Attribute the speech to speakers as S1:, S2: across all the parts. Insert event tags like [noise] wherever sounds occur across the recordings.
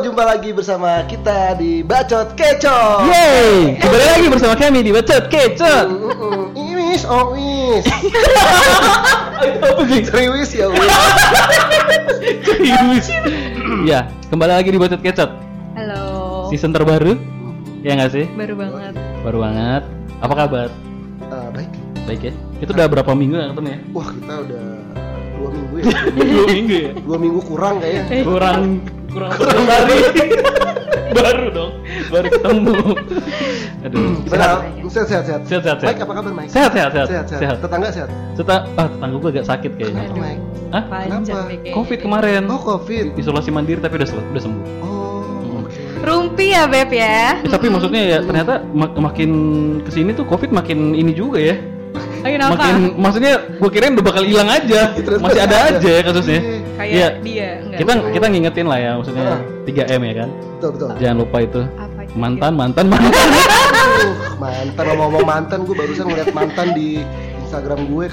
S1: jumpa lagi bersama kita di Bacot Keco.
S2: Yeay, kembali lagi bersama kami di Bacot Kecot
S1: Mm-mm. Iwis, oh wis.
S2: Apa sih?
S1: Triwis ya
S2: [laughs]
S1: wis.
S2: Serius? Ya, kembali lagi di Bacot Kecot
S3: Halo.
S2: Season terbaru, ya nggak sih?
S3: Baru banget.
S2: Baru banget Apa kabar?
S1: Eh, baik.
S2: Baik ya? Kita udah berapa minggu nggak ketemu ya?
S1: Wah kita udah dua minggu ya.
S2: Dua minggu ya?
S1: Dua minggu kurang kayaknya.
S2: Kurang kurang satu hari Baru dong, baru ketemu Aduh,
S1: Gimana? Sehat sehat sehat.
S2: Sehat, sehat, sehat.
S1: Mike apa kabar Mike?
S2: Sehat, sehat, sehat.
S1: Sehat
S2: Sehat.
S1: Tetangga sehat.
S2: Seta, ah tetangga gue agak sakit
S1: Kenapa,
S2: kayaknya
S1: Mike?
S2: Hah?
S1: Kenapa?
S3: Panjang deh kayaknya.
S2: Covid kemarin
S1: Oh covid.
S2: Isolasi mandiri tapi udah, sel- udah sembuh
S1: Oh oke.
S3: Rumpi ya Beb ya.
S2: Eh, tapi maksudnya ya ternyata mak- makin kesini tuh covid makin ini juga ya
S3: Ayo kenapa?
S2: makin maksudnya gue kirain udah bakal hilang [laughs] aja
S1: Terus
S2: masih ada
S1: ada.
S2: aja ya kasusnya
S3: Kayak
S2: Iya.
S3: dia enggak.
S2: kita kita ngingetin lah ya maksudnya
S1: Ah.
S2: 3M ya kan
S1: Betul betul.
S2: jangan lupa itu
S3: apa gitu.
S2: mantan mantan
S3: [laughs]
S2: mantan
S1: Aduh, mantan ngomong-ngomong mantan gue barusan ngeliat mantan di Instagram gue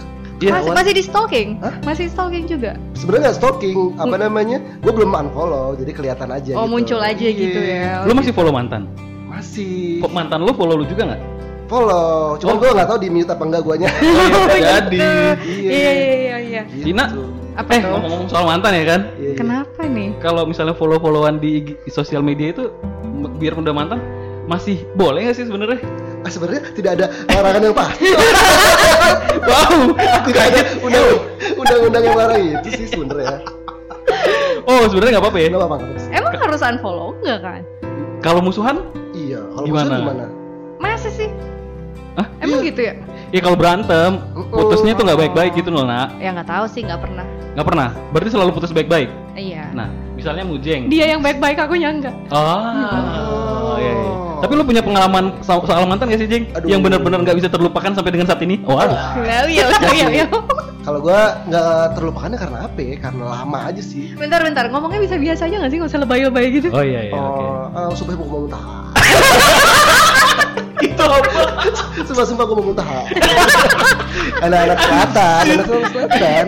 S2: Iya,
S3: Mas- masih di stalking?
S1: Hah?
S3: Masih stalking juga?
S1: sebenarnya nggak stalking apa
S2: Mm.
S1: namanya gue belum unfollow jadi kelihatan aja gitu.
S3: oh, muncul aja
S1: Iya.
S3: gitu ya.
S2: lu [laughs] masih follow mantan
S1: masih
S2: kok mantan lu follow lu juga nggak
S1: follow cuma
S2: Oh.
S1: gue nggak tahu di mute apa enggak guanya
S2: [laughs]
S1: [laughs]
S2: Oh, ya, jadi
S1: Iya.
S3: gitu. Iya, iya, iya, iya.
S1: Gitu.
S2: Cina
S3: Apa
S2: eh
S3: tuh?
S2: ngomong-ngomong soal mantan ya kan
S1: Iya, iya.
S3: Kenapa nih?
S2: kalau misalnya follow followan di, IG sosial media itu m- biar udah mantan masih boleh nggak sih sebenarnya [laughs]
S1: ah, sebenarnya tidak ada larangan yang [laughs] pasti
S2: [laughs] wow aku
S1: tidak ada undang undang-undang yang larang itu sih sebenarnya ya.
S2: oh sebenarnya nggak apa-apa ya
S1: kenapa bang
S3: Emang harus unfollow enggak kan?
S2: kalau musuhan
S1: iya kalau
S2: Gimana?
S1: maksudnya gimana
S3: Masa sih?
S2: Hah?
S3: Emang
S1: Iya.
S3: gitu ya?
S2: Ya kalau berantem, putusnya tuh nggak baik-baik gitu loh nak,
S3: Ya nggak tahu sih, nggak pernah.
S2: nggak pernah. Berarti selalu putus baik-baik.
S3: Iya.
S2: Nah, misalnya mujeng.
S3: Dia yang baik-baik aku
S2: [laughs]
S3: nyangka.
S2: Oh, iya, iya. Tapi lu punya pengalaman so- soal mantan gak sih Jeng?
S1: Aduh.
S2: Yang benar-benar nggak bisa terlupakan sampai dengan saat ini? Oh, ada.
S3: Iya, iya, iya, iya.
S1: kalau gue nggak terlupakannya karena apa ya karena lama aja sih
S3: Bentar, bentar. Ngomongnya bisa biasa aja nggak sih? Nggak usah lebay-lebay gitu.
S2: Oh iya iya. Oke.
S1: Oh, eh, sumpah gue mau muntah
S2: [laughs] Itu apa?
S1: sumpah sumpah gue mau muntah [laughs] anak-anak selatan anak-anak selatan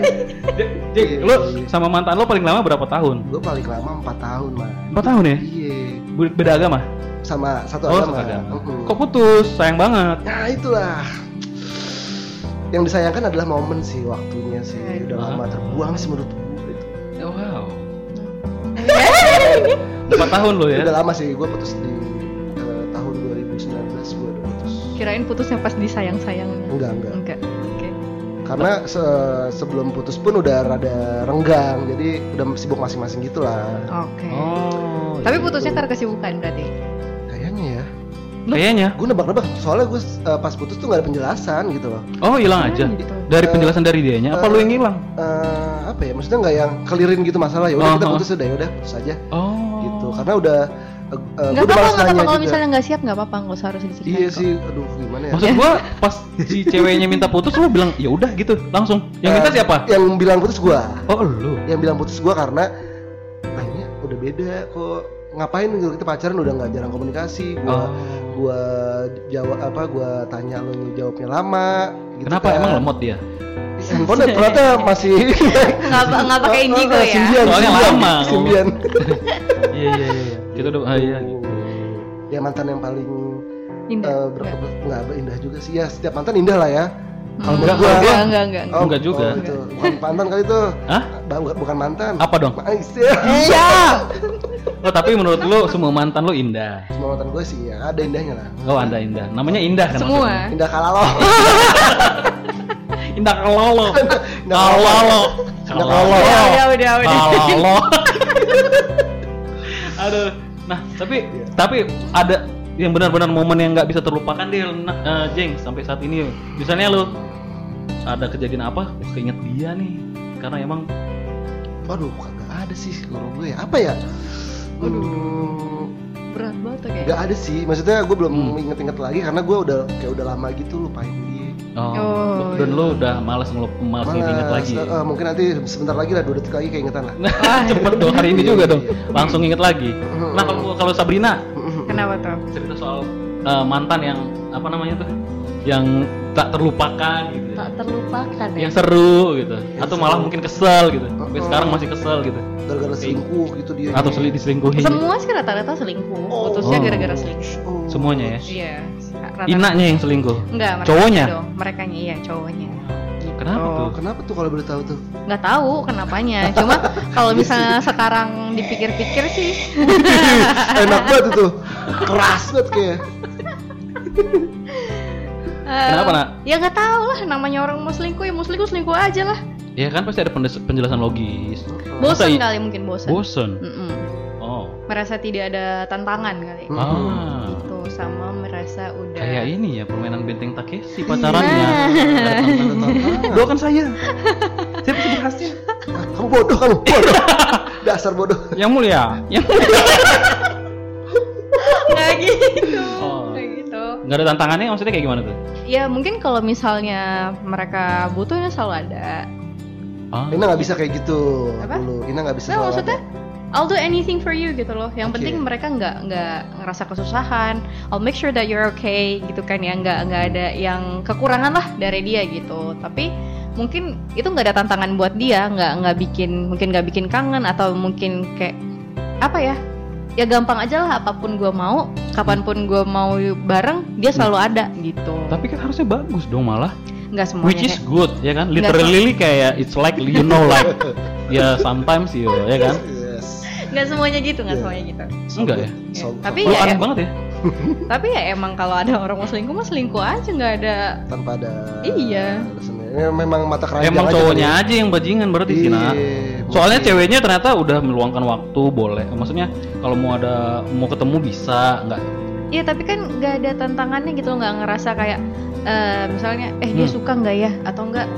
S2: Jeng,
S1: iya,
S2: lu sama mantan lu paling lama berapa tahun?
S1: gue paling lama 4 tahun mah
S2: Empat tahun ya?
S1: iya
S2: Be- Beda agama?
S1: sama satu
S2: Oh,
S1: agama.
S2: satu agama.
S1: Mm-mm.
S2: Kok putus? Sayang banget.
S1: Nah itulah yang disayangkan adalah momen sih waktunya sih
S3: Eh.
S1: udah lama terbuang sih menurut gue itu.
S2: Oh, [laughs] Wow. Empat tahun lo ya?
S1: Udah lama sih gue putus di eh, tahun 2019 gue udah putus.
S3: Kirain putusnya pas disayang-sayangnya.
S1: Enggak enggak.
S3: Enggak. Oke.
S1: Karena se- sebelum putus pun udah rada renggang jadi udah sibuk masing-masing gitu gitulah.
S3: Oke.
S2: Oh.
S3: Tapi
S2: iya.
S3: putusnya karena kesibukan berarti.
S1: Kayaknya ya.
S2: Kayaknya.
S1: Gue nebak-nebak soalnya gue pas putus tuh nggak ada penjelasan gitu loh.
S2: Oh hilang aja.
S3: gitu.
S2: Dari penjelasan dari dianya. Apa lu yang hilang?
S1: Eh, apa ya maksudnya nggak yang kelirin gitu masalah ya udah kita
S2: Aha.
S1: putus udah ya udah putus aja
S2: Oh.
S1: gitu karena udah eh, eh, gua udah
S3: Enggak
S1: malas
S3: apa-apa, enggak apa-apa.
S1: nanya
S3: Kalau
S1: juga.
S3: misalnya enggak siap enggak apa-apa, enggak usah harus diceritain.
S1: iya
S3: kok.
S1: sih aduh gimana ya
S2: Maksud gua pas si ceweknya minta putus lu bilang ya udah gitu langsung. Yang
S1: Eh,
S2: minta siapa?
S1: yang bilang putus gua
S2: Oh lu.
S1: yang bilang putus gua karena kayaknya udah beda kok ngapain gitu kita pacaran udah nggak jarang komunikasi
S2: Oh.
S1: gua gua jawab apa gua tanya lo nih jawabnya lama gitu
S2: Kenapa
S1: kan.
S2: emang lemot dia?
S1: handphone
S2: [laughs]
S1: ternyata masih
S3: Enggak apa- enggak
S1: [laughs]
S3: pakai indigo
S1: Eh, eh,
S3: ya.
S1: simbian,
S2: Soalnya
S1: simbian,
S2: lama.
S1: simbian.
S2: Iya iya iya. Kita udah ah, iya. gitu.
S1: ya mantan yang paling
S3: Indah.
S1: Eh, ber- ber- nggak berindah juga sih ya setiap mantan indah lah ya kalau
S2: Hmm.
S3: Hmm.
S2: Enggak,
S1: menurut gua-
S3: enggak, enggak, enggak. enggak.
S2: Enggak juga.
S1: oh, itu. bukan mantan kali itu
S2: Hah?
S1: Ba- bukan, bukan mantan
S2: Apa dong?
S1: Ma- iya
S2: Iya. Oh tapi menurut lu semua mantan lu indah.
S1: semua mantan gue sih ya ada indahnya lah
S2: Oh anda indah. Namanya indah kan?
S3: Semua.
S2: maksudnya?
S1: indah kalalo
S2: [laughs] Indah kalolo.
S1: Indah
S2: Kalolo.
S1: Indah kalolo.
S3: Ya, udah, udah, udah.
S1: Ah.
S2: Halo. [laughs] Aduh. Nah, tapi tapi ada yang benar-benar momen yang nggak bisa terlupakan deh, na- eh, Jeng, sampai saat ini. Misalnya lu ada kejadian apa? Wah, keinget dia nih. Karena emang
S1: waduh kagak ada sih kalau gue ya apa ya Waduh,
S3: Berat banget tuh
S1: nggak
S3: kayaknya.
S1: ada sih. Maksudnya gue belum
S2: Hmm.
S1: inget-inget lagi karena gue udah kayak udah lama gitu lupain dia.
S2: oh,
S3: Oh,
S2: lu- dan
S3: iya.
S2: lu udah malas ngelup malas nginget
S1: Malas,
S2: lagi.
S1: eh, eh, mungkin nanti sebentar lagi lah dua detik lagi keingetan lah.
S2: [laughs] Nah, cepet dong hari ini juga dong. Langsung inget lagi. Nah, kalau kalau Sabrina
S1: Ya.
S3: Kenapa tuh?
S2: cerita soal eh, mantan yang apa namanya tuh? Yang ter tak terlupakan gitu.
S3: tak terlupakan ya
S2: yang seru gitu
S1: Yang
S2: atau
S1: seru.
S2: malah mungkin kesel gitu sampai
S1: Uh-uh.
S2: sekarang masih kesel gitu
S1: gara-gara selingkuh gitu dia
S2: atau seli diselingkuhi
S3: semua sih rata-rata selingkuh
S1: Oh.
S3: putusnya
S2: Oh.
S3: gara-gara selingkuh
S1: Oh.
S2: semuanya ya
S3: iya rata-rata
S2: inaknya yang selingkuh
S3: enggak mereka
S2: Cowoknya?
S3: dong mereka iya cowoknya
S2: kenapa
S1: Oh,
S2: tuh
S1: kenapa tuh kalau boleh tahu
S2: [laughs]
S1: tuh?
S3: nggak tahu kenapanya cuma kalau misalnya sekarang dipikir-pikir sih
S1: Enak banget itu. Keras banget kayak.
S3: eh,
S2: Kenapa, Nak?
S3: ya nggak tahu lah namanya orang mau selingkuh ya mau selingkuh selingkuh aja lah
S2: ya kan pasti ada pendes- penjelasan logis
S3: bosan
S2: Masa-
S3: kali mungkin bosan
S2: bosen
S3: Mm-mm.
S2: oh
S3: merasa tidak ada tantangan kali
S1: Hmm.
S2: ah
S3: itu sama merasa
S1: Iya.
S3: udah [laughs]
S2: kayak ini ya permainan benteng Takeshi
S3: Nah.
S2: pacarannya
S1: Ada [laughs] tantangan-tantangan.
S2: [laughs] doakan saya saya pasti berhasil
S1: Ah, Kamu bodoh kamu, bodoh. [laughs] Dasar bodoh.
S2: yang mulia yang mulia
S3: nggak gitu
S2: Oh.
S3: nggak gitu
S2: nggak ada tantangannya maksudnya kayak gimana tuh
S3: ya mungkin kalau misalnya mereka butuhnya selalu ada
S2: ah
S1: Ina nggak bisa kayak gitu
S3: Apa?
S1: dulu. Ina nggak bisa.
S3: Nah,
S1: soal
S3: maksudnya
S1: apa.
S3: I'll do anything for you gitu loh.
S1: Oke.
S3: Yang penting mereka nggak nggak ngerasa kesusahan. I'll make sure that you're okay gitu kan ya. Nggak nggak ada yang kekurangan lah dari dia gitu. Tapi mungkin itu nggak ada tantangan buat dia. Nggak nggak bikin mungkin nggak bikin kangen atau mungkin kayak apa ya? Ya gampang aja lah apapun gua mau, kapanpun gua mau bareng
S2: Hmm.
S3: dia selalu ada gitu.
S2: tapi kan harusnya bagus dong malah
S3: Nggak semuanya.
S2: which is
S3: kayak-
S2: good ya kan
S3: Nggak
S2: literally kayak it's like you know like
S1: [laughs]
S2: ya sometimes you ya kan
S1: Yes.
S3: nggak semuanya gitu, nggak
S1: Iya.
S3: semuanya gitu.
S1: So
S2: Enggak
S1: good.
S2: ya?
S1: So good.
S3: Tapi
S2: lu
S3: ya,
S2: aneh
S3: ya-
S2: banget ya
S3: tapi ya emang kalau ada orang mau selingkuh mah selingkuh aja nggak ada
S1: tanpa ada.
S3: Iya.
S1: alasannya. Ini memang mata keranjang.
S2: emang
S1: aja
S2: cowoknya
S1: kali. ya.
S2: aja yang bajingan berarti sih nah
S1: Iya,
S2: soalnya
S1: mungkin.
S2: ceweknya ternyata udah meluangkan waktu boleh maksudnya kalau mau ada mau ketemu bisa nggak
S3: Iya tapi kan nggak ada tantangannya gitu loh nggak ngerasa kayak eh, misalnya eh dia
S2: Hmm.
S3: suka nggak ya atau enggak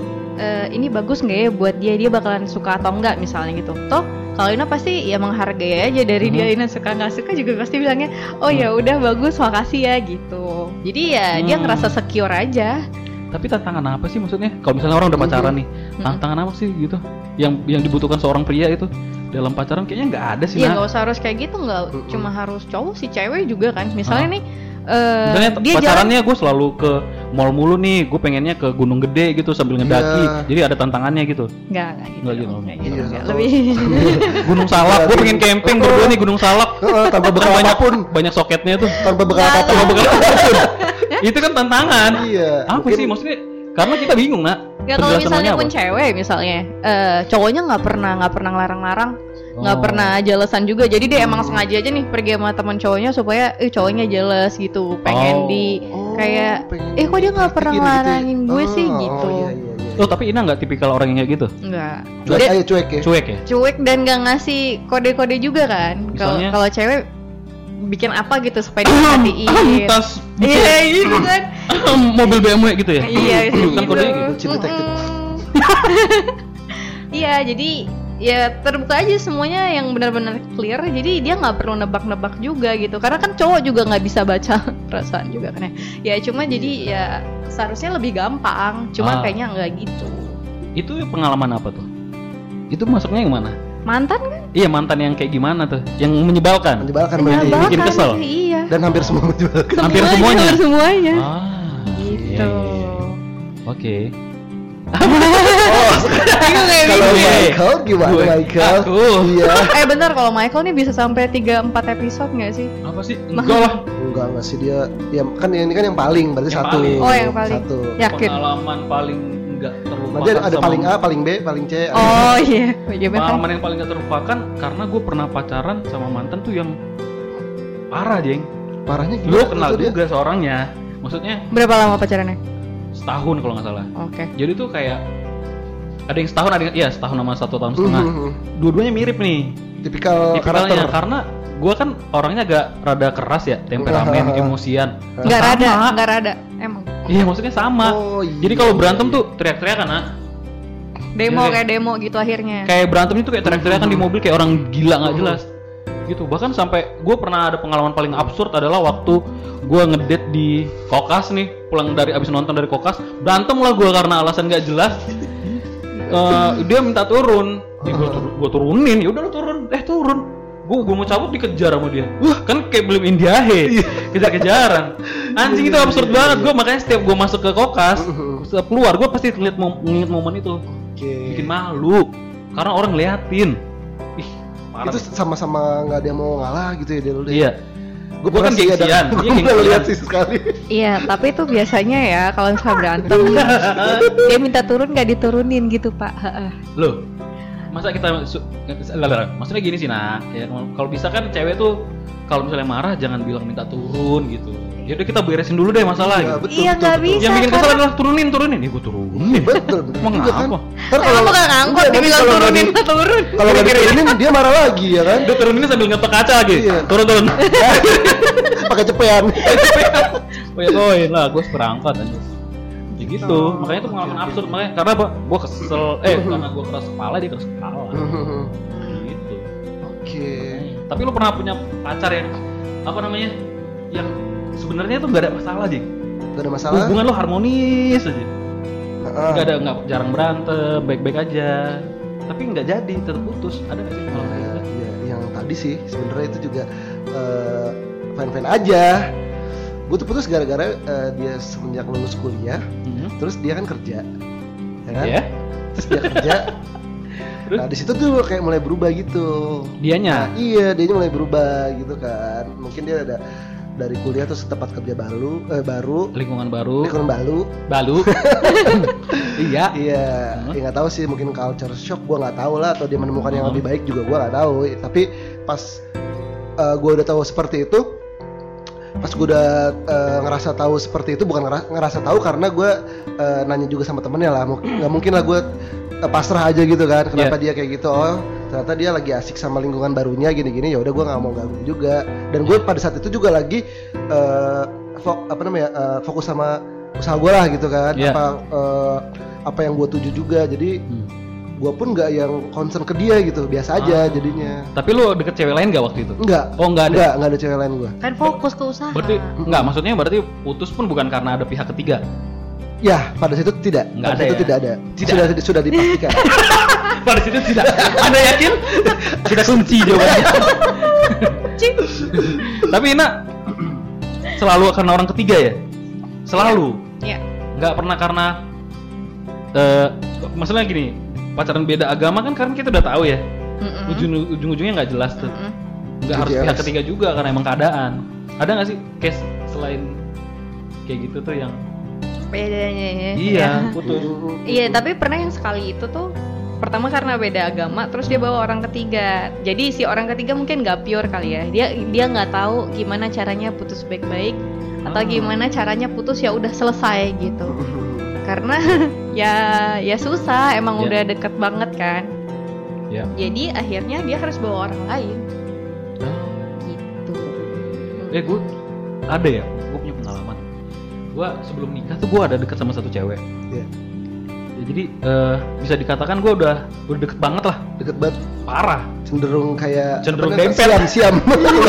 S3: ini bagus nggak ya buat dia dia bakalan suka atau enggak misalnya gitu toh kalau Ina pasti ya menghargai aja dari dia
S2: Hmm.
S3: Ina suka nggak suka juga pasti bilangnya oh ya udah bagus makasih ya gitu jadi ya dia
S2: Hmm.
S3: ngerasa secure aja
S2: tapi tantangan apa sih maksudnya kalau misalnya orang udah pacaran nih
S3: Mm-mm.
S2: tantangan apa sih gitu yang yang dibutuhkan seorang pria itu dalam pacaran kayaknya nggak ada sih
S3: Iya
S2: nah
S3: nggak usah harus kayak gitu nggak
S2: Hmm.
S1: Mm-mm.
S3: cuma harus cowok si cewek juga kan misalnya nih eh,
S2: Ah. misalnya t-
S3: dia jalan
S2: pacarannya gue selalu ke mall mulu nih gue pengennya ke gunung gede gitu sambil ngedaki
S1: Iya.
S2: jadi ada tantangannya gitu
S3: nggak nggak gitu,
S2: Nggak gitu.
S3: dong, nggak
S1: Iya,
S3: nggak.
S1: atau-
S3: lebih
S2: gunung salak
S1: Iya,
S2: gue pengen camping berdua nih gunung salak Kan
S1: Heeh, tanpa bekal
S2: banyak
S1: apapun.
S2: banyak soketnya tuh
S1: Tanpa bekal
S3: Nggak
S1: apapun.
S2: Kalau bekal apapun.
S1: [laughs]
S2: [laughs] itu kan tantangan
S1: Iya.
S2: apa sih maksudnya karena kita bingung nak
S3: Ya kalau
S2: Penjelasannya
S3: misalnya pun
S2: apa?
S3: cewek misalnya eh, cowoknya nggak pernah nggak pernah larang-larang nggak
S2: Oh.
S3: pernah jelesan juga jadi dia emang
S1: Hmm.
S3: sengaja aja nih pergi sama teman cowoknya supaya eh cowoknya jeles gitu
S2: Oh.
S3: pengen di
S1: Oh,
S3: kayak,
S1: pengen
S3: eh, kok dia nggak pernah
S1: disakitin gitu ya?
S3: ngarangin gue sih,
S1: Oh,
S3: gitu.
S1: Oh, iya, iya, iya.
S2: oh tapi Ina nggak tipikal orang yang kayak gitu
S3: nggak
S1: cuek
S3: Dia
S1: aja cuek ya.
S2: cuek ya
S3: cuek dan nggak ngasih kode-kode juga kan kalau
S2: Misalnya?
S3: kalau cewek bikin apa gitu supaya diperhatiin
S2: Ah, tas Ah,
S3: iya gitu kan
S2: mobil BMW gitu ya
S3: iya gitu.
S2: Kan kodenya gitu,
S1: Cip Detective.
S3: Mm-mm. [laughs] iya jadi ya terbuka aja semuanya yang benar-benar clear jadi dia nggak perlu nebak-nebak juga gitu karena kan cowok juga nggak bisa baca [laughs] perasaan juga kan ya ya cuma jadi ya seharusnya lebih gampang cuma
S2: Iya. Ah.
S3: kayaknya nggak gitu
S2: itu pengalaman apa tuh itu masuknya yang mana
S3: mantan kan
S2: iya mantan yang kayak gimana tuh yang menyebalkan
S1: Menyebalkan
S2: Menyebalkan.
S1: berarti.
S2: Kan bikin
S3: Bahkan,
S2: kesel.
S3: iya
S1: Dan hampir semua
S2: [laughs]
S1: menyebalkan.
S2: Hampir
S3: [laughs]
S2: semuanya.
S3: hampir semuanya
S2: ah iya.
S3: gitu
S2: oke [laughs]
S1: Oh,
S3: Bingung ya,
S1: kalau
S2: Gue.
S1: Michael gimana
S2: Gue.
S1: Michael?
S2: Aku.
S1: Iya.
S3: bingung. [laughs] eh bentar kalau Michael nih bisa sampai 3-4 episode nggak sih
S2: apa sih enggak lah
S1: Enggak enggak sih dia ya kan ini kan yang paling berarti
S2: Yang
S1: satu.
S2: paling.
S3: Oh, yang paling.
S1: Satu.
S3: yakin
S2: pengalaman paling nggak terlupakan
S1: Nanti ada, ada
S2: sama-
S1: paling A, paling B, paling C. ada-
S3: oh iya bagaimana
S2: pengalaman yang paling gak terlupakan karena gue pernah pacaran sama mantan tuh yang parah jeng
S1: Parahnya gimana? Hmm,
S2: gue
S1: tuh
S2: kenal
S1: dia?
S2: juga seorangnya maksudnya
S3: berapa lama pacarannya
S2: setahun kalau nggak salah
S3: oke
S2: jadi tuh kayak ada yang setahun ada yang ya setahun sama satu tahun setengah
S1: Mhm.
S2: dua-duanya mirip nih
S1: Tipikal Oh, karakter.
S2: tipikalnya karena gue kan orangnya agak rada keras ya
S1: [laughs]
S2: temperamen emosian
S3: Nggak
S2: Sama.
S3: rada, nggak rada. Emang
S2: iya maksudnya sama
S1: Oh, iya.
S2: jadi kalau berantem tuh teriak-teriakan ah Iya,
S3: demo kayak demo gitu akhirnya.
S2: kayak berantem itu kayak teriak-teriakan di mobil kayak orang gila nggak jelas gitu bahkan sampai gue pernah ada pengalaman paling absurd adalah waktu gue ngedate di kokas nih pulang dari abis nonton dari kokas berantem lah gue karena alasan nggak jelas Ya Eh, dia minta turun gue turunin ya udah lu turun eh turun gue gue gue mau cabut dikejar sama dia wah kan kayak belum Indiahe kejar-kejaran anjing itu absurd banget gue makanya setiap gue masuk ke kokas setiap keluar gue pasti ngeliat mom- ngeliat momen itu
S1: Oke.
S2: bikin malu karena orang ngeliatin ih parah
S1: Itu sama-sama nggak ada yang mau ngalah gitu ya dia dulu.
S2: iya
S1: Gue
S2: Gua kan gengsian. Iya,
S1: Gue pernah
S2: gengsian.
S1: lihat sih sekali.
S3: Iya, tapi itu biasanya ya kalau misalnya [laughs] berantem dia minta turun nggak diturunin gitu pak. Heeh.
S2: loh masa kita su- lah, lah, lah. maksudnya gini sih nah ya kalau- kalau bisa kan cewek tuh kalau misalnya marah jangan bilang minta turun gitu ya udah kita beresin dulu deh
S1: Iya,
S2: masalah gitu.
S1: betul,
S3: Iya,
S1: betul,
S3: nggak
S1: betul.
S3: bisa.
S2: yang bikin kesel
S3: karena-
S2: adalah turunin turunin ya gue turunin
S1: Betul, betul
S2: [laughs] Emang
S1: juga kan.
S2: apa?
S1: Ntar
S3: Saya
S1: kalau
S3: bukan ngangkut,
S1: Iya,
S3: dia bilang
S1: kalau
S3: turunin,
S1: nggak
S3: minta turun.
S1: di- Kalau nggak diturunin dia marah lagi ya kan.
S2: [laughs] Dia ya. turuninnya sambil ngetok kaca lagi
S1: Iya.
S2: turun turun
S1: Pakai
S2: [laughs]
S1: cepean.
S2: Woi, koin ya, oh, iya, lah, gue seperangkat aja. Ya gitu,
S1: Oh,
S2: makanya itu pengalaman
S1: oke, oke.
S2: absurd makanya karena apa? Gue kesel, eh karena gue keras kepala dia keras kepala. gitu.
S1: Oke.
S2: Tapi lu pernah punya pacar yang apa namanya? Yang sebenarnya tuh gak ada masalah aja.
S1: Gak ada masalah.
S2: Hubungan lu harmonis aja.
S1: Heeh. Iya,
S2: Gak ada nggak jarang berantem, baik-baik aja. Tapi nggak jadi, tetap putus. Ada nggak sih? pengalaman kayak
S1: Ya,
S2: gitu?
S1: ya, yang tadi sih sebenarnya itu juga eh, fan-fan aja. Gue tuh putus gara-gara eh, dia semenjak lulus kuliah,
S2: Mhm.
S1: terus dia kan kerja, ya kan?
S2: Ya,
S1: Terus dia
S2: [laughs]
S1: kerja.
S2: Terus?
S1: Nah di situ tuh kayak mulai berubah gitu.
S2: dianya.
S1: Nah, iya, dia mulai berubah gitu kan. Mungkin dia ada dari kuliah terus ke tempat kerja baru, eh, baru,
S2: lingkungan baru,
S1: lingkungan baru.
S2: balu. iya.
S1: Iya,
S2: Hmm.
S1: ya nggak tahu sih mungkin culture shock gua nggak tahu lah atau dia menemukan yang
S2: Hmm.
S1: lebih baik juga gua nggak tahu. Tapi pas uh, gua udah tahu seperti itu, pas gua udah uh, ngerasa tahu seperti itu bukan ngera- ngerasa tahu karena gua uh, nanya juga sama temennya lah, Mung- nggak mungkin lah gua uh, pasrah aja gitu kan. Kenapa dia
S2: Iya.
S1: kayak gitu? Oh, ternyata dia lagi asik sama lingkungan barunya gini-gini. Ya udah gua nggak mau ganggu juga. Dan gue pada saat itu juga lagi uh, fo- apa namanya uh, fokus sama usaha gue lah gitu kan
S2: Iya.
S1: apa eh, apa yang gue tuju juga jadi
S2: Hmm.
S1: gue pun nggak yang concern ke dia gitu biasa aja jadinya
S2: Tapi lu deket cewek lain gak waktu itu?
S1: enggak
S2: Oh nggak Ah. ada.
S1: enggak enggak ada cewek lain gue
S3: Kan fokus ke usaha.
S2: Berarti nggak maksudnya berarti putus pun bukan karena ada pihak ketiga.
S1: ya pada situ tidak
S2: Nggak
S1: pada
S2: ada
S1: situ
S2: ya?
S1: tidak ada
S2: Tidak.
S1: sudah sudah
S2: [laughs]
S1: dipastikan
S2: Pada situ tidak. Anda yakin? Kita kunci jawabannya.
S3: Cing.
S2: Tapi Ina selalu karena orang ketiga ya. Selalu.
S3: Iya.
S2: Nggak pernah karena eh maksudnya gini pacaran beda agama kan karena kita udah tahu ya
S3: Mm-mm.
S2: ujung ujung ujungnya nggak jelas tuh
S3: Mm-mm.
S2: nggak harus
S1: Jelas.
S2: pihak ketiga juga karena emang keadaan ada nggak sih case selain kayak gitu tuh yang
S3: Bedanya ya.
S2: iya putus
S3: Iya, tapi pernah yang sekali itu tuh pertama karena beda agama, terus dia bawa orang ketiga. Jadi si orang ketiga mungkin nggak pure kali ya. Dia dia nggak tahu gimana caranya putus baik-baik atau
S2: Ah.
S3: gimana caranya putus ya udah selesai gitu. Karena [laughs] ya ya susah, emang
S2: Ya.
S3: udah deket banget kan.
S2: Ya.
S3: Jadi akhirnya dia harus bawa orang lain gitu.
S2: Eh gue ada ya, gue punya pengalaman. Gue sebelum nikah tuh gue ada deket sama satu cewek.
S1: Iya.
S2: Ya, jadi eh, bisa dikatakan gue udah udah deket banget lah,
S1: deket banget
S2: parah. [laughs]
S1: cenderung kayak
S2: Cenderung
S1: apa namanya,
S2: dempet. [laughs]
S1: siam siam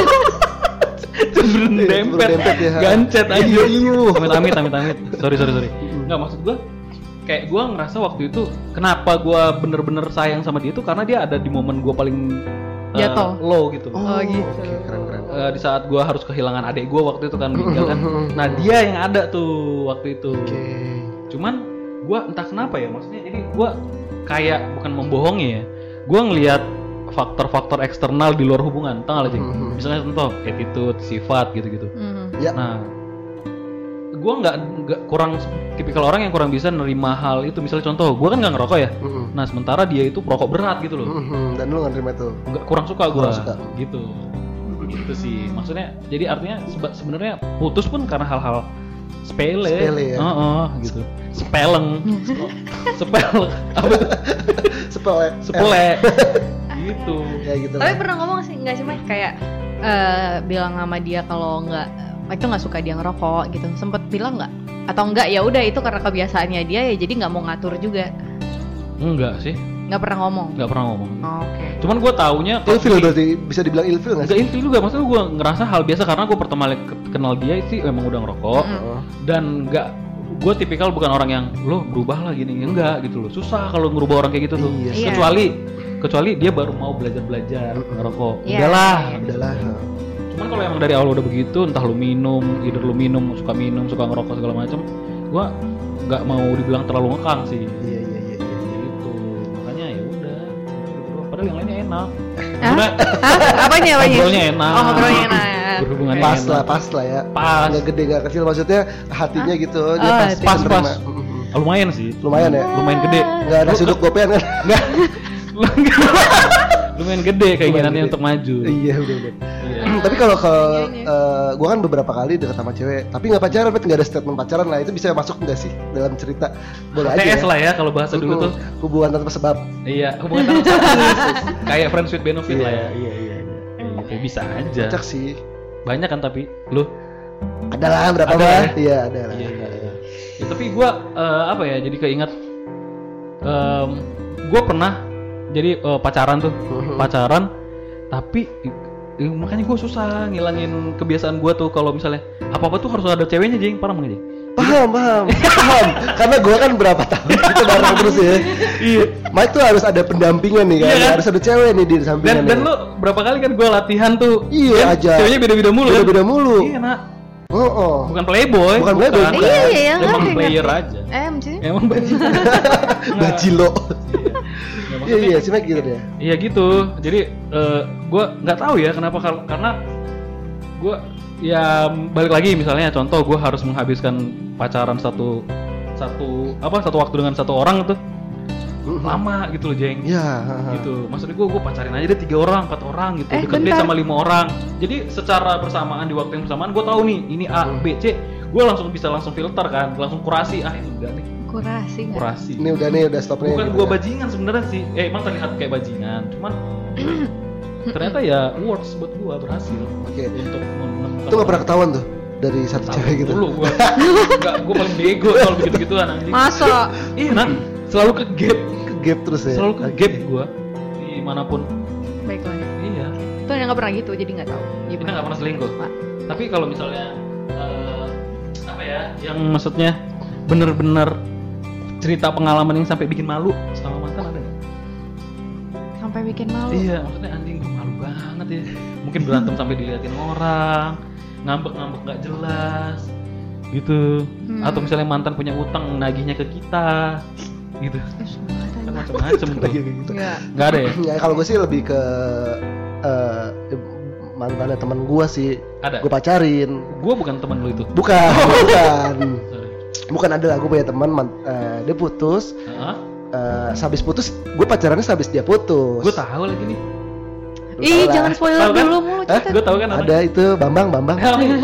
S2: Cenderung
S1: Iya,
S2: dempet,
S1: cenderung dempet ya.
S2: gancet aja.
S1: Iya, iya.
S2: Amit amit amit amit. Sorry sorry sorry. Nggak maksud gue kayak gue ngerasa waktu itu kenapa gue bener-bener sayang sama dia tuh karena dia ada di momen gue paling eh,
S3: Jatuh.
S2: low gitu.
S3: Oh, gitu.
S1: oke keren keren
S2: Eh, di saat gue harus kehilangan adik gue waktu itu kan meninggal
S1: [laughs]
S2: kan. Nah dia yang ada tuh waktu itu.
S1: oke
S2: cuman gua entah kenapa ya maksudnya jadi gua kayak bukan membohongi ya gua ngelihat faktor-faktor eksternal di luar hubungan tau gak Jing?
S1: Mhm.
S2: misalnya contoh attitude sifat gitu-gitu
S3: Hmm.
S2: nah gua nggak nggak kurang tipikal orang yang kurang bisa nerima hal itu misalnya contoh gua kan nggak ngerokok ya
S1: Mm-mm.
S2: nah sementara dia itu perokok berat gitu loh
S1: Mm-mm. dan lu nggak nerima tuh
S2: nggak kurang suka gua
S1: Kurang suka.
S2: gitu gitu sih maksudnya jadi artinya seba- sebenarnya putus pun karena hal-hal sepele
S1: Sepele ya?
S2: Heeh, gitu
S1: [laughs]
S2: sepeleng sepel apa tuh?
S1: sepele [laughs]
S2: sepele gitu
S1: ya gitu
S3: Tapi pernah ngomong sih nggak sih Mai? kayak eh, bilang sama dia kalau nggak eh, itu nggak suka dia ngerokok gitu. Sempet bilang nggak? Atau nggak ya udah itu karena kebiasaannya dia ya jadi nggak mau ngatur juga.
S2: enggak sih
S3: Nggak pernah ngomong.
S2: enggak pernah ngomong
S3: Oke.
S2: cuman gue taunya
S1: ilfil berarti bisa dibilang ilfil nggak
S2: enggak
S1: sih
S2: ilfil juga maksudnya gue ngerasa hal biasa karena gue pertama kali ke- kenal dia sih emang udah ngerokok
S3: Mm.
S1: Oh.
S2: dan enggak gue tipikal bukan orang yang lo berubah lah gini enggak gitu loh susah kalau ngerubah orang kayak gitu tuh
S1: Iya
S3: sih.
S2: kecuali kecuali dia baru mau belajar belajar ngerokok
S3: Iya,
S2: udahlah
S3: iya.
S1: udahlah eh,
S2: cuman kalau emang dari awal udah begitu entah lu minum either lu minum suka minum suka ngerokok segala macam gua nggak mau dibilang terlalu ngekang sih
S1: iya iya iya iya.
S2: gitu makanya ya udah Gitu doang. padahal yang lainnya enak
S3: Hah?
S2: Sebenarnya
S3: Hah? Apanya apanya?
S2: ngobrolnya enak
S3: Oh, ngobrolnya enak.
S2: berhubungan
S1: pas lah pas lah ya
S2: pas
S1: nggak gede nggak kecil maksudnya hatinya gitu dia
S3: Oh,
S1: pas
S2: pas,
S1: menerima.
S2: pas.
S1: Mm, mm.
S2: lumayan sih
S1: Lumayan ya?
S2: lumayan gede
S1: nggak ada sudut gopean
S2: [laughs]
S1: kan
S2: Nggak. lumayan gede keinginannya
S1: gede.
S2: untuk maju
S1: iya udah udah
S2: Iya.
S1: tapi kalau ke
S3: Iya, iya.
S1: eh, gua kan beberapa kali deket sama cewek tapi nggak pacaran bet nggak ada statement pacaran lah itu bisa masuk nggak sih dalam cerita boleh aja ya
S2: TS lah ya kalau bahasa dulu tuh
S1: Mm-mm. hubungan tanpa sebab
S2: iya
S1: [laughs]
S2: hubungan tanpa status. kayak friends with benefit lah ya
S1: iya iya iya.
S2: Iya, kayak bisa aja
S1: kocak sih
S2: banyak kan tapi lu
S1: ada lah berapa
S2: Ada
S1: lah
S2: ya?
S1: iya ada lah
S2: Iya, iya, iya. Ya, tapi gue apa ya jadi keinget gue pernah jadi eh, pacaran tuh
S1: Mhm.
S2: pacaran tapi eh, makanya gue susah ngilangin kebiasaan gue tuh kalau misalnya apa apa tuh harus ada ceweknya jeng parah banget jeng
S1: paham
S2: [laughs]
S1: paham paham karena gua kan berapa tahun [laughs] kita bareng terus ya
S2: iya
S1: Mike tuh harus ada pendampingan nih kan,
S2: Iya kan?
S1: harus ada cewek nih di sampingnya
S2: dan dan lu berapa kali kan gue latihan tuh
S1: Iya,
S2: kan
S1: aja.
S2: ceweknya beda beda mulu
S1: beda
S2: kan
S1: beda mulu
S2: iya nak
S1: oh,
S2: [laughs]
S1: oh.
S2: bukan playboy
S1: Bukan playboy, bukan.
S3: Iya, iya, iya,
S2: emang
S3: ngerti,
S2: player
S3: ngerti.
S2: aja
S3: Eh, maksudnya?
S2: emang
S1: [laughs]
S2: bajingan
S1: bajilo iya
S2: Ya, maksudnya
S1: iya si Mike gitu deh
S2: Iya gitu. Jadi gue nggak tahu ya kenapa kar- karena gue ya balik lagi misalnya contoh gue harus menghabiskan pacaran satu satu apa satu waktu dengan satu orang itu lama gitu loh jeng.
S1: iya
S2: Gitu. Maksudnya gue gue pacarin aja deh tiga orang empat orang gitu.
S3: Eh,
S2: Deket deh
S3: bentar.
S2: sama lima orang. Jadi secara bersamaan di waktu yang bersamaan gue tahu nih ini A B C. Gue langsung bisa langsung filter kan, langsung kurasi ah ini enggak nih
S3: Kurasi nggak?
S2: kurasi.
S1: ini udah nih udah stop nih
S2: Bukan
S1: gitu
S2: gua
S1: ya.
S2: bajingan sebenarnya sih. Eh emang terlihat kayak bajingan,
S1: [coughs]
S2: cuman ternyata ya works buat gua berhasil
S1: oke
S2: untuk menemukan.
S1: itu nggak pernah ketahuan tuh dari satu
S2: Tahu
S1: cewek gitu
S2: Dulu gua enggak gua paling bego kalau begitu-gituan anjing.
S1: Ah.
S3: Masa?
S2: Iya, nah, selalu ke gap,
S1: ke gap terus ya
S2: selalu ke
S1: Oke.
S2: gap gua dimanapun.
S3: Baiklah.
S2: Iya.
S3: Itu yang nggak pernah gitu, jadi nggak tahu.
S2: Kita nggak pernah selingkuh.
S3: Pak.
S2: Tapi kalau misalnya eh, apa ya, yang maksudnya bener-bener cerita pengalaman yang sampai bikin malu selama mantan ada nggak?
S3: Sampai bikin malu.
S2: Iya, maksudnya anjing gue malu banget ya. Mungkin berantem sampai diliatin orang, ngambek-ngambek nggak jelas, gitu.
S3: Hmm.
S2: Atau misalnya mantan punya utang nagihnya ke kita, gitu.
S3: Eh, sumpah,
S2: Kan
S3: tadi.
S2: macam-macam tuh.
S1: Lagi kayak gitu
S3: Nggak.
S2: Gak ada ya?
S1: ya kalau gue sih lebih ke eh, mantannya teman gua sih
S2: Ada. Oh.
S1: gue pacarin
S2: Gue bukan teman lu itu.
S1: bukan bukan
S2: Sorry.
S1: bukan ada lah gue punya teman man- eh, dia putus
S2: Heeh.
S1: eh habis putus gue pacarannya habis dia putus
S2: Gue tahu lagi nih.
S3: Ih,
S1: Salah.
S3: jangan spoiler
S2: Tahu kan?
S3: dulu mulu
S1: Hah?
S3: cerita.
S2: Gue tahu kan
S1: ada itu Bambang Bambang
S2: Hell, iya.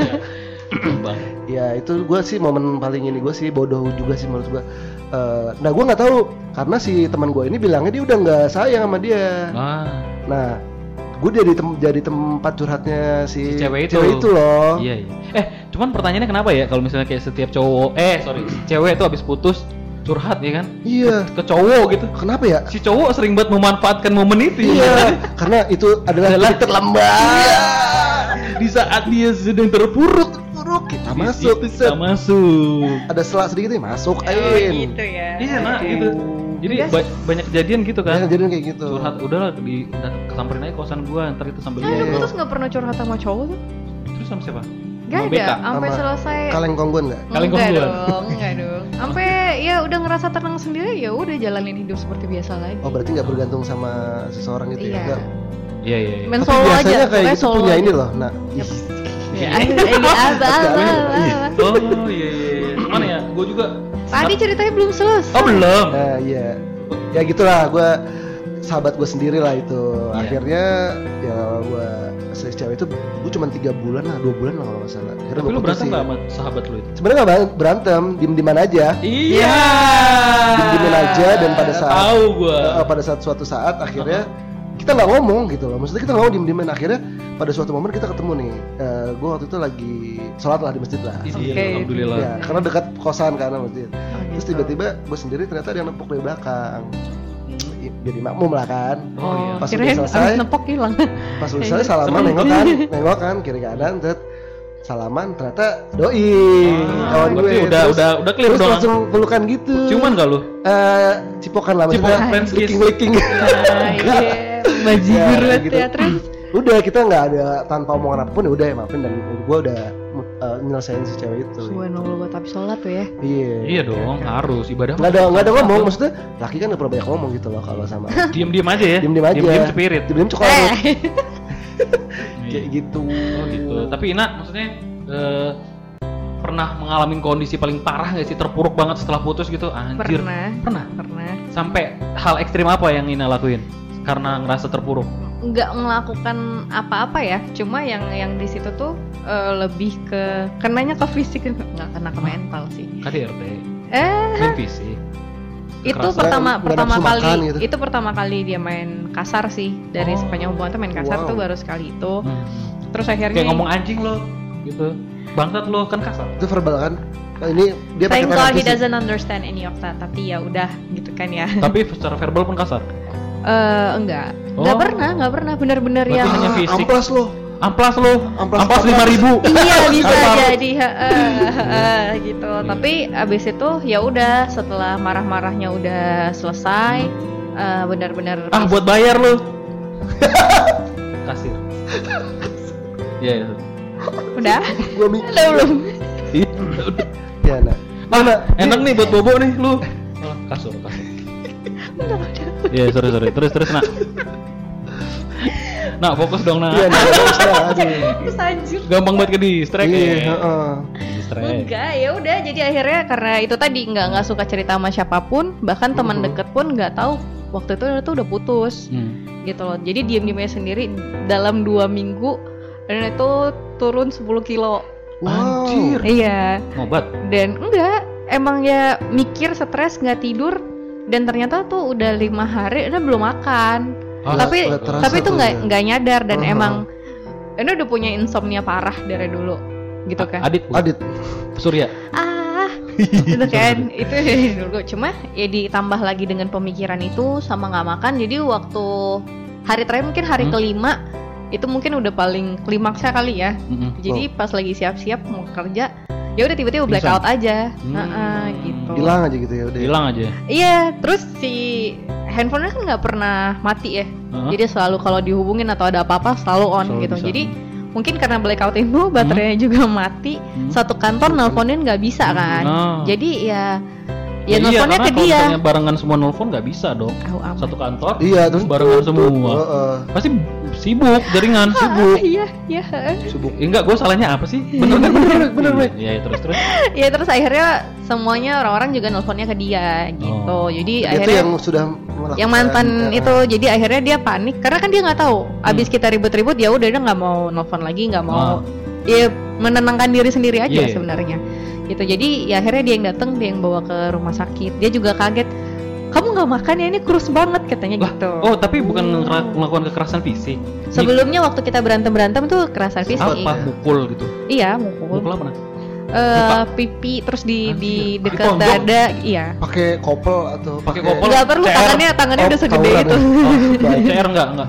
S2: Bang.
S1: ya itu gue sih momen paling ini gue sih bodoh juga sih menurut gue Eh, nah gue nggak tahu karena si teman gue ini bilangnya dia udah nggak sayang sama dia
S2: Ah,
S1: nah gue jadi tem- jadi tempat curhatnya si,
S2: Si cewek itu.
S1: loh
S2: iya iya. Eh, cuman pertanyaannya kenapa ya kalau misalnya kayak setiap cowok, eh sorry, cewek itu habis putus curhat ya kan
S1: iya
S2: ke cowok gitu.
S1: kenapa ya
S2: si cowok sering banget memanfaatkan momen itu ya
S1: iya
S2: kan?
S1: karena itu adalah
S2: Adalah-
S1: titik Iya. terlambat
S2: di saat dia sedang terpuruk
S1: buruk kita
S2: di
S1: masuk
S2: situ
S1: set.
S2: kita masuk
S1: ada selak sedikit nih masuk
S3: Oh,
S1: ayo
S3: gitu ya.
S2: iya nak gitu jadi
S3: Udah.
S2: ba- banyak kejadian gitu
S1: Ya,
S2: kan
S1: jadi kayak gitu
S2: curhat udahlah di dan kesamperin aja kosan gua ntar itu sambil
S3: Nah, lu
S1: Iya.
S3: putus nggak pernah curhat sama cowok tuh?
S2: terus sama siapa
S3: Gak
S2: Sama BK?
S3: ada, Ah. sampai
S1: Sama
S3: selesai.
S1: kaleng kongguan nggak
S2: Kaleng
S3: enggak
S2: kongguan.
S3: dong, enggak dong. Sampai ya udah ngerasa tenang sendiri, ya udah jalanin hidup seperti biasa lagi.
S1: Oh berarti nggak bergantung sama seseorang gitu
S3: Iya.
S1: ya? Nggak.
S2: iya iya iya.
S3: Men
S1: Tapi
S3: solo aja,
S1: biasanya kayak
S3: pokoknya
S1: gitu
S3: solo
S1: punya
S3: aja.
S1: ini loh. Nah,
S3: Yep.
S1: ih,
S3: Ya, [laughs] aduh, eh, apa, apa, apa, apa.
S2: oh iya iya iya. cuman ya gua juga
S3: Tadi ceritanya belum selesai.
S2: oh belum
S1: nah iya, ya gitulah. Gue sahabat gue sendiri lah itu.
S2: Iya.
S1: Akhirnya ya gue si cewek itu gue cuma tiga bulan lah, dua bulan lah kalau nggak salah. Akhirnya
S2: tapi
S1: gua
S2: lu berantem
S1: putusin. Iya.
S2: gak sama sahabat lu itu
S1: Sebenarnya nggak ba- berantem, diem diman aja.
S2: iya
S1: Diemin aja dan pada saat-
S2: tahu gua
S1: Eh, pada saat suatu saat akhirnya kita nggak ngomong gitu loh. Maksudnya kita nggak ngomong diem dieman akhirnya pada suatu momen kita ketemu nih. gue waktu itu lagi sholat lah di masjid lah.
S2: Iya,
S3: Oke.
S2: alhamdulillah
S1: Ya, karena dekat kosan karena masjid.
S3: Oh,
S1: Terus
S3: gitu.
S1: tiba-tiba gue sendiri ternyata ada yang nempok dari belakang.
S2: Hmm.
S1: I- Jadi makmum lah kan.
S2: oh iya
S3: Oh,
S1: Pas udah
S3: kirain
S1: selesai. [laughs]
S3: abis nepok hilang.
S1: Pas udah selesai salaman
S2: Seneng.
S1: nengok kan, nengok kan kiri kanan, tet. salaman ternyata doi
S2: Ah,
S1: kawan gue
S2: berarti udah-
S1: terus,
S2: udah- udah clear
S1: terus
S2: dong.
S1: langsung pelukan gitu
S2: Ciuman gak lu?
S1: Eh, cipokan lah
S2: Cipokan
S1: maksudnya
S2: friends kiss.
S1: licking licking [laughs]
S3: iya bajigur
S1: Ya,
S3: banget
S1: gitu.
S3: ya terus
S1: udah kita nggak ada tanpa omongan apapun ya udah ya maafin dan gue udah eh, nyelesain si cewek itu
S3: Subhanallah tapi sholat tuh ya
S1: iya
S2: Iya dong, harus ibadah.
S1: nggak ada nggak ada ngomong maksudnya laki kan nggak pernah banyak ngomong gitu loh kalau
S2: [laughs]
S1: sama
S2: Diam-diam aja ya.
S1: diem diem aja
S2: Diam-diam cepirit.
S1: diem diem coklat
S3: eh
S1: kayak
S2: Iya.
S1: gitu
S2: Oh gitu. Tapi Ina maksudnya eh, pernah mengalami kondisi paling parah gak sih terpuruk banget setelah putus gitu? Anjir.
S3: [laughs] pernah
S2: Pernah.
S3: pernah
S2: Sampai hal ekstrim apa yang Ina lakuin? Karena ngerasa terpuruk.
S3: nggak melakukan apa-apa ya cuma yang yang di situ tuh eh, lebih ke kenanya ke fisik [laughs] nggak kena ke mental sih
S2: KDRT.
S3: eh
S2: Mimpi sih.
S3: itu
S2: Kekerasan.
S3: pertama
S1: Nggak
S3: pertama
S1: nafsu
S3: kali
S1: makan gitu.
S3: itu pertama kali dia main kasar sih dari
S2: Oh.
S3: sepanjang hubungan tuh main kasar
S1: Wow.
S3: tuh baru sekali itu
S2: Hmm.
S3: terus akhirnya
S2: Kayak ngomong anjing lo gitu. Bangsat lo kan
S3: [laughs]
S2: kasar.
S1: itu verbal kan nah, ini dia pakai
S3: thank
S1: tangan
S3: God he
S1: fisik.
S3: doesn't understand any of that tapi ya udah gitu kan ya
S2: Tapi secara verbal pun kasar.
S3: eh enggak nggak
S2: Oh.
S3: pernah nggak pernah bener-bener
S2: Berarti
S3: yang
S2: hanya fisik.
S1: amplas lo
S2: Amplas lo.
S1: Amplas-
S2: Amplas lima ribu. [laughs]
S3: iya bisa
S2: Kasar.
S3: jadi heeh, heeh, [laughs] gitu tapi abis itu ya udah setelah marah-marahnya udah selesai eh, benar-benar
S2: Ah buat bayar
S1: [laughs]
S2: lo. Kasir. Iya itu.
S3: udah [laughs]
S1: gue mikir
S3: udah belum
S1: Iya. ya nah
S2: Mana? Ah, Enak nih buat bobo nih lu.
S1: Eh,
S2: Kasur, kasur. Iya, sorry, sorry. Terus, terus, nak. Nah, fokus dong,
S1: iya
S2: nak.
S3: [laughs]
S1: nah nggak usah, aduh
S3: Terus anjir
S2: Gampang banget ke distract
S1: iya
S2: ya.
S1: heeh.
S2: Distract.
S3: enggak ya udah jadi akhirnya karena itu tadi nggak nggak suka cerita sama siapapun bahkan teman
S1: Mhm.
S3: deket pun nggak tahu waktu itu tuh udah putus
S2: Hmm.
S3: gitu loh jadi diem diemnya sendiri dalam dua minggu dan itu turun 10 kilo
S1: wow
S2: Anjir.
S3: iya
S2: Ngobat.
S3: dan enggak emang ya mikir stres nggak tidur dan ternyata tuh udah lima hari udah belum makan
S2: Ah,
S3: tapi
S1: nggak terasa
S3: tapi itu
S1: tuh
S3: nggak
S1: ya.
S3: nggak nyadar dan
S1: Uh-huh.
S3: emang ini udah punya insomnia parah dari dulu gitu kan
S2: Adit,
S1: adit
S2: Adit. Surya.
S3: ah gitu kan itu dari dulu cuma ya ditambah lagi dengan pemikiran itu sama nggak makan jadi waktu hari terakhir mungkin hari
S2: Hmm.
S3: kelima itu mungkin udah paling klimaksnya kali ya
S2: Mm-mm.
S3: jadi pas lagi siap-siap mau kerja ya udah tiba-tiba
S2: Pingsan.
S3: blackout aja
S2: Hmm.
S3: Heeh, gitu
S1: hilang aja gitu ya udah
S2: Hilang aja.
S3: Iya, terus si handphonenya kan nggak pernah mati ya.
S2: Heeh.
S3: Jadi selalu kalau dihubungin atau ada apa-apa selalu on
S2: Selalu
S3: gitu.
S2: bisa.
S3: Jadi mungkin karena blackout itu [laughs] baterainya juga mati.
S2: Hmm.
S3: Satu kantor nelponin nggak bisa kan.
S2: Nah.
S3: Jadi ya
S2: Iya,
S3: ya
S2: karena
S3: nelponnya ke
S2: kalau
S3: dia. [laughs]
S2: misalnya barengan semua nelpon nggak bisa dong.
S3: Au, amat.
S2: Satu kantor.
S1: iya terus
S2: Barengan semua.
S1: Heeh.
S2: Pasti sibuk, jaringan
S3: Ah,
S2: sibuk.
S3: iya, iya. [laughs]
S1: sibuk
S2: Eh, enggak, gue salahnya apa sih? Bener, bener, bener, bener, bener. Iya, terus, terus.
S3: ya terus akhirnya semuanya orang-orang juga nelponnya ke dia gitu.
S2: Oh.
S3: Jadi
S1: itu
S3: akhirnya
S1: yang sudah melakukan
S3: yang mantan
S1: eh,
S2: gitu.
S3: itu jadi akhirnya dia panik karena kan dia nggak tahu
S2: Hmm.
S3: abis kita ribut-ribut ya udah dia nggak mau nelfon lagi nggak mau ya menenangkan diri sendiri aja
S2: Ah. Iya, iya.
S3: sebenarnya gitu jadi ya akhirnya dia yang datang dia yang bawa ke rumah sakit dia juga kaget kamu nggak makan ya ini kurus banget katanya
S2: Lah,
S3: gitu
S2: Oh, tapi bukan ngera- melakukan kekerasan fisik.
S3: sebelumnya waktu kita berantem berantem tuh kerasan fisik
S2: apa mukul gitu.
S3: iya mukul
S2: Mukul apa? Nak?
S3: Eh, pipi terus di di
S2: Anjir.
S3: dekat
S2: Ditonjok.
S3: dada iya
S1: pakai kopel atau pakai
S2: kopel.
S3: nggak perlu
S2: CR.
S3: tangannya tangannya
S1: Oh,
S3: udah segede
S1: tawuran
S3: itu [laughs]
S1: ya.
S2: Oh, CR enggak, enggak.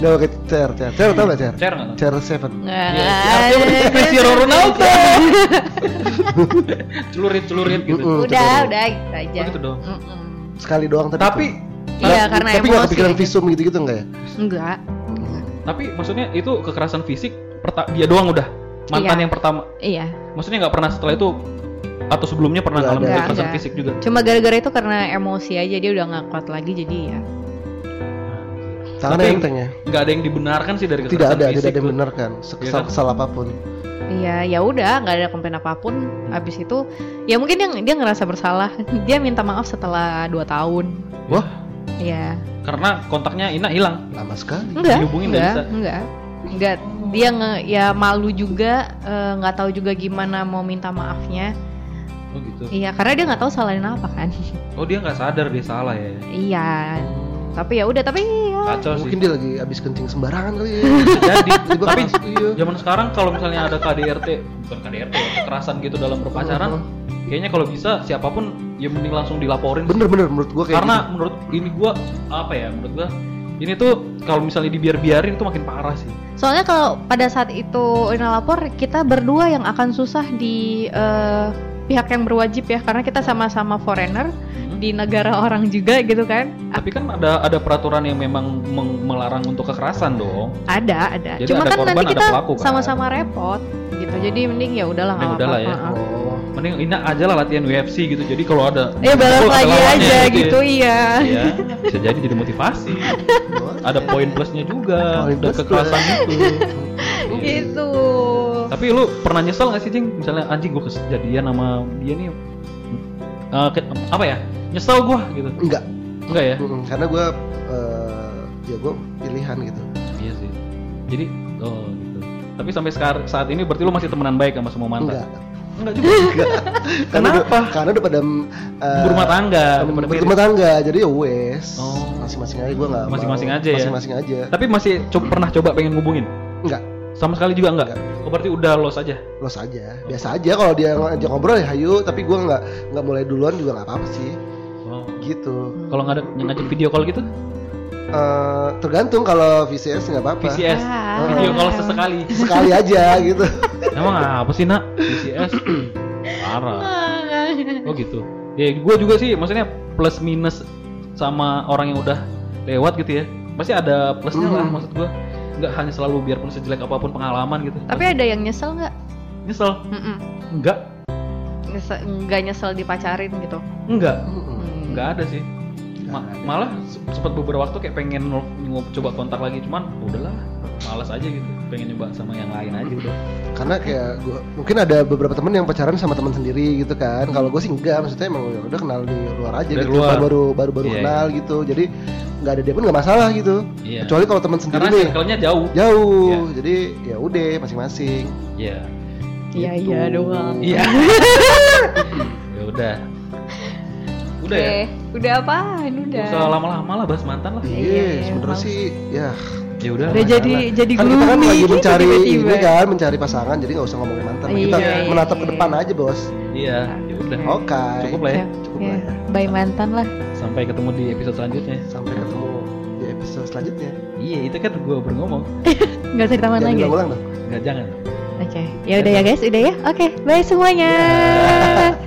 S1: nggak pakai cer cer cer tau nggak cer
S2: CR enggak.
S1: cer seven
S3: Nggak. Iya,
S2: Iya, artinya berarti Cristiano Ronaldo. Celurit, celurit gitu.
S1: Mm-mm.
S2: Oh,
S3: udah udah gitu aja
S2: gitu dong.
S3: Mm-mm.
S1: sekali doang tadi
S2: Tapi
S1: tuh.
S3: Iya
S1: Nggak-
S3: karena
S1: tapi nggak
S3: emosi.
S1: kepikiran visum gitu gitu nggak ya
S3: Enggak.
S2: tapi maksudnya itu kekerasan fisik perta- dia doang udah. Mantan yang
S3: Iya.
S2: pertama.
S3: Iya.
S2: Maksudnya enggak pernah setelah itu atau sebelumnya pernah
S1: Nggak
S2: ngalamin
S1: ada.
S2: kekerasan
S3: Nggak.
S2: fisik juga.
S3: Cuma gara-gara itu karena emosi aja dia udah nggak kuat lagi jadi ya.
S1: tangannya
S2: Tapi-
S1: enteng ya
S2: Enggak ada yang dibenarkan sih dari
S1: tidak
S2: kekerasan
S1: ada
S2: fisik.
S1: tidak ada
S2: tuh.
S1: benarkan sekesal
S2: Iya kan?
S1: kesal apapun
S3: Iya, ya udah nggak ada komplain apapun. Abis itu ya mungkin dia dia ngerasa bersalah. [laughs] Dia minta maaf setelah 2 tahun.
S1: Wah.
S3: Iya.
S2: Karena kontaknya Ina hilang.
S1: lama sekali
S3: Enggak.
S2: Dihubungin nggak
S3: enggak,
S2: bisa.
S3: enggak. Enggak. Dia nge, ya malu juga eh, nggak tahu juga gimana mau minta maafnya.
S2: Oh gitu.
S3: Iya, karena dia nggak tahu salahnya apa kan. [laughs]
S2: Oh, dia nggak sadar dia salah ya.
S3: iya. Tapi ya udah, tapi ya
S2: Kacau Iya sih.
S1: mungkin dia lagi abis kencing sembarangan kali ya
S2: [laughs]
S1: [laughs]
S2: jadi
S1: tiba
S2: tapi
S1: masuk iya
S2: zaman sekarang kalau misalnya ada KDRT bukan KDRT ya, kekerasan gitu dalam berpacaran kayaknya kalau bisa siapapun ya mending langsung dilaporin
S1: bener bener menurut gua kayak gitu.
S2: karena menurut ini gua apa ya menurut gua ini tuh kalau misalnya dibiar-biarin tuh makin parah sih
S3: Soalnya kalau pada saat itu Ina lapor, kita berdua yang akan susah di eh, pihak yang berwajib ya, karena kita sama-sama foreigner
S2: Hmm.
S3: di negara orang juga gitu kan. Ah,
S2: tapi kan ada ada peraturan yang memang meng- melarang untuk kekerasan dong
S3: ada, ada.
S2: Jadi
S3: Cuma
S2: ada
S3: kan
S2: korban,
S3: nanti
S2: ada
S3: kita
S2: pelaku, kan? Hmm.
S3: sama-sama repot gitu. Jadi mending ya udahlah nggak
S2: Mending udahlah ya.
S3: apa-apa.
S1: Oh.
S2: mending Ina aja lah latihan UFC gitu jadi kalau ada
S3: Ya
S2: Oh,
S3: balap
S2: ada
S3: lagi
S2: lawannya
S3: aja
S2: gitu ya.
S3: gitu iya.
S2: ya bisa jadi jadi motivasi
S1: Oh,
S2: [laughs] ada poin plusnya juga
S1: Poin
S2: udah
S1: plus
S2: kekerasan itu Iya.
S3: Gitu.
S2: tapi lu pernah nyesel gak sih Jing misalnya anjing gue kejadian sama dia nih eh, ke- apa ya nyesel gue gitu
S1: Enggak.
S2: enggak ya
S1: Mm-mm, karena gue ya gue pilihan gitu.
S2: iya sih jadi oh gitu tapi sampai sekarang saat ini berarti lu masih temenan baik sama semua mantan
S1: Enggak.
S2: enggak juga
S1: Karena udah-
S2: Kenapa?
S1: karena udah pada mm, eh,
S2: berumah tangga daripada
S1: berumah
S2: piring.
S1: rumah tangga. Jadi ya wes.
S2: Oh.
S1: Masing-masing aja gue nggak. mau.
S2: Masing-masing aja ya?
S1: Masing-masing aja.
S2: tapi masih co- pernah coba pengen ngubungin
S1: Enggak.
S2: sama sekali juga enggak oh, berarti udah los aja
S1: Los aja. Biasa aja kalau dia ngajak ngobrol ya hayu. Tapi gue nggak nggak mulai duluan juga nggak apa-apa sih.
S2: oh.
S1: Gitu.
S2: kalau nggak ada yang ngajak video call gitu
S1: Eh, tergantung kalau VCS nggak apa-apa.
S2: VCS
S3: Ah.
S2: video call sesekali
S1: Sekali
S2: [laughs]
S1: aja gitu.
S2: emang apa sih nak VCS parah
S3: Ah,
S2: oh gitu ya gue juga sih maksudnya plus minus sama orang yang udah lewat gitu ya pasti ada plusnya lah
S1: Mhm.
S2: maksud gue nggak hanya selalu biarpun sejelek apapun pengalaman gitu
S3: Tapi ada yang nyesel nggak?
S2: nyesel
S3: Mm-mm.
S2: enggak
S3: Nyesel- Nggak nyesel dipacarin gitu.
S2: enggak
S1: Mm-mm.
S3: Hmm.
S2: nggak ada sih Ma- malah se- sempat beberapa waktu kayak pengen nol- nyo- coba kontak lagi cuman udahlah malas aja gitu pengen nyoba sama yang lain aja gitu. udah
S1: karena kayak gua mungkin ada beberapa temen yang pacaran sama teman sendiri gitu kan kalau gue sih enggak maksudnya emang ya udah kenal di luar aja
S2: Dari
S1: gitu
S2: luar.
S1: baru baru baru
S2: Iya,
S1: kenal gitu jadi nggak ada dia pun nggak masalah gitu
S2: Iya.
S1: kecuali kalau teman sendiri
S2: karena
S1: nih
S2: circle-nya jauh
S1: jauh
S2: Iya.
S1: jadi ya udah masing-masing
S2: Iya
S3: Iya
S1: Gitu.
S3: iya doang.
S2: iya ya udah udah
S3: Oke,
S2: ya
S3: udah apaan? Udah.
S2: Gak usah lama-lama lah bahas mantan lah
S1: iya
S3: Iya,
S1: sebenernya
S3: maaf.
S1: sih ya
S2: ya udah
S3: Udah jadi jadi
S1: kan kita kan
S3: gloomy
S1: lagi
S3: gitu
S1: mencari
S3: tiba-tiba.
S1: ini kan mencari pasangan jadi nggak usah ngomongin mantan Nah, kita
S3: Iya. Hmm.
S1: menatap ke depan aja bos
S2: iya ya udah
S1: oke
S2: cukup lah ya
S3: Ya,
S1: Cukup
S3: ya.
S1: lah ya.
S3: Bye mantan lah.
S2: sampai ketemu di episode selanjutnya
S1: sampai ketemu di episode selanjutnya
S2: iya itu kan gue baru ngomong
S3: Nggak usah ditambahin
S1: jangan Iya.
S3: lagi. Oke.
S1: diulang-ulang dong
S2: nggak jangan
S1: Iya.
S3: [laughs] Ya udah ya guys, udah ya. Oke, bye semuanya.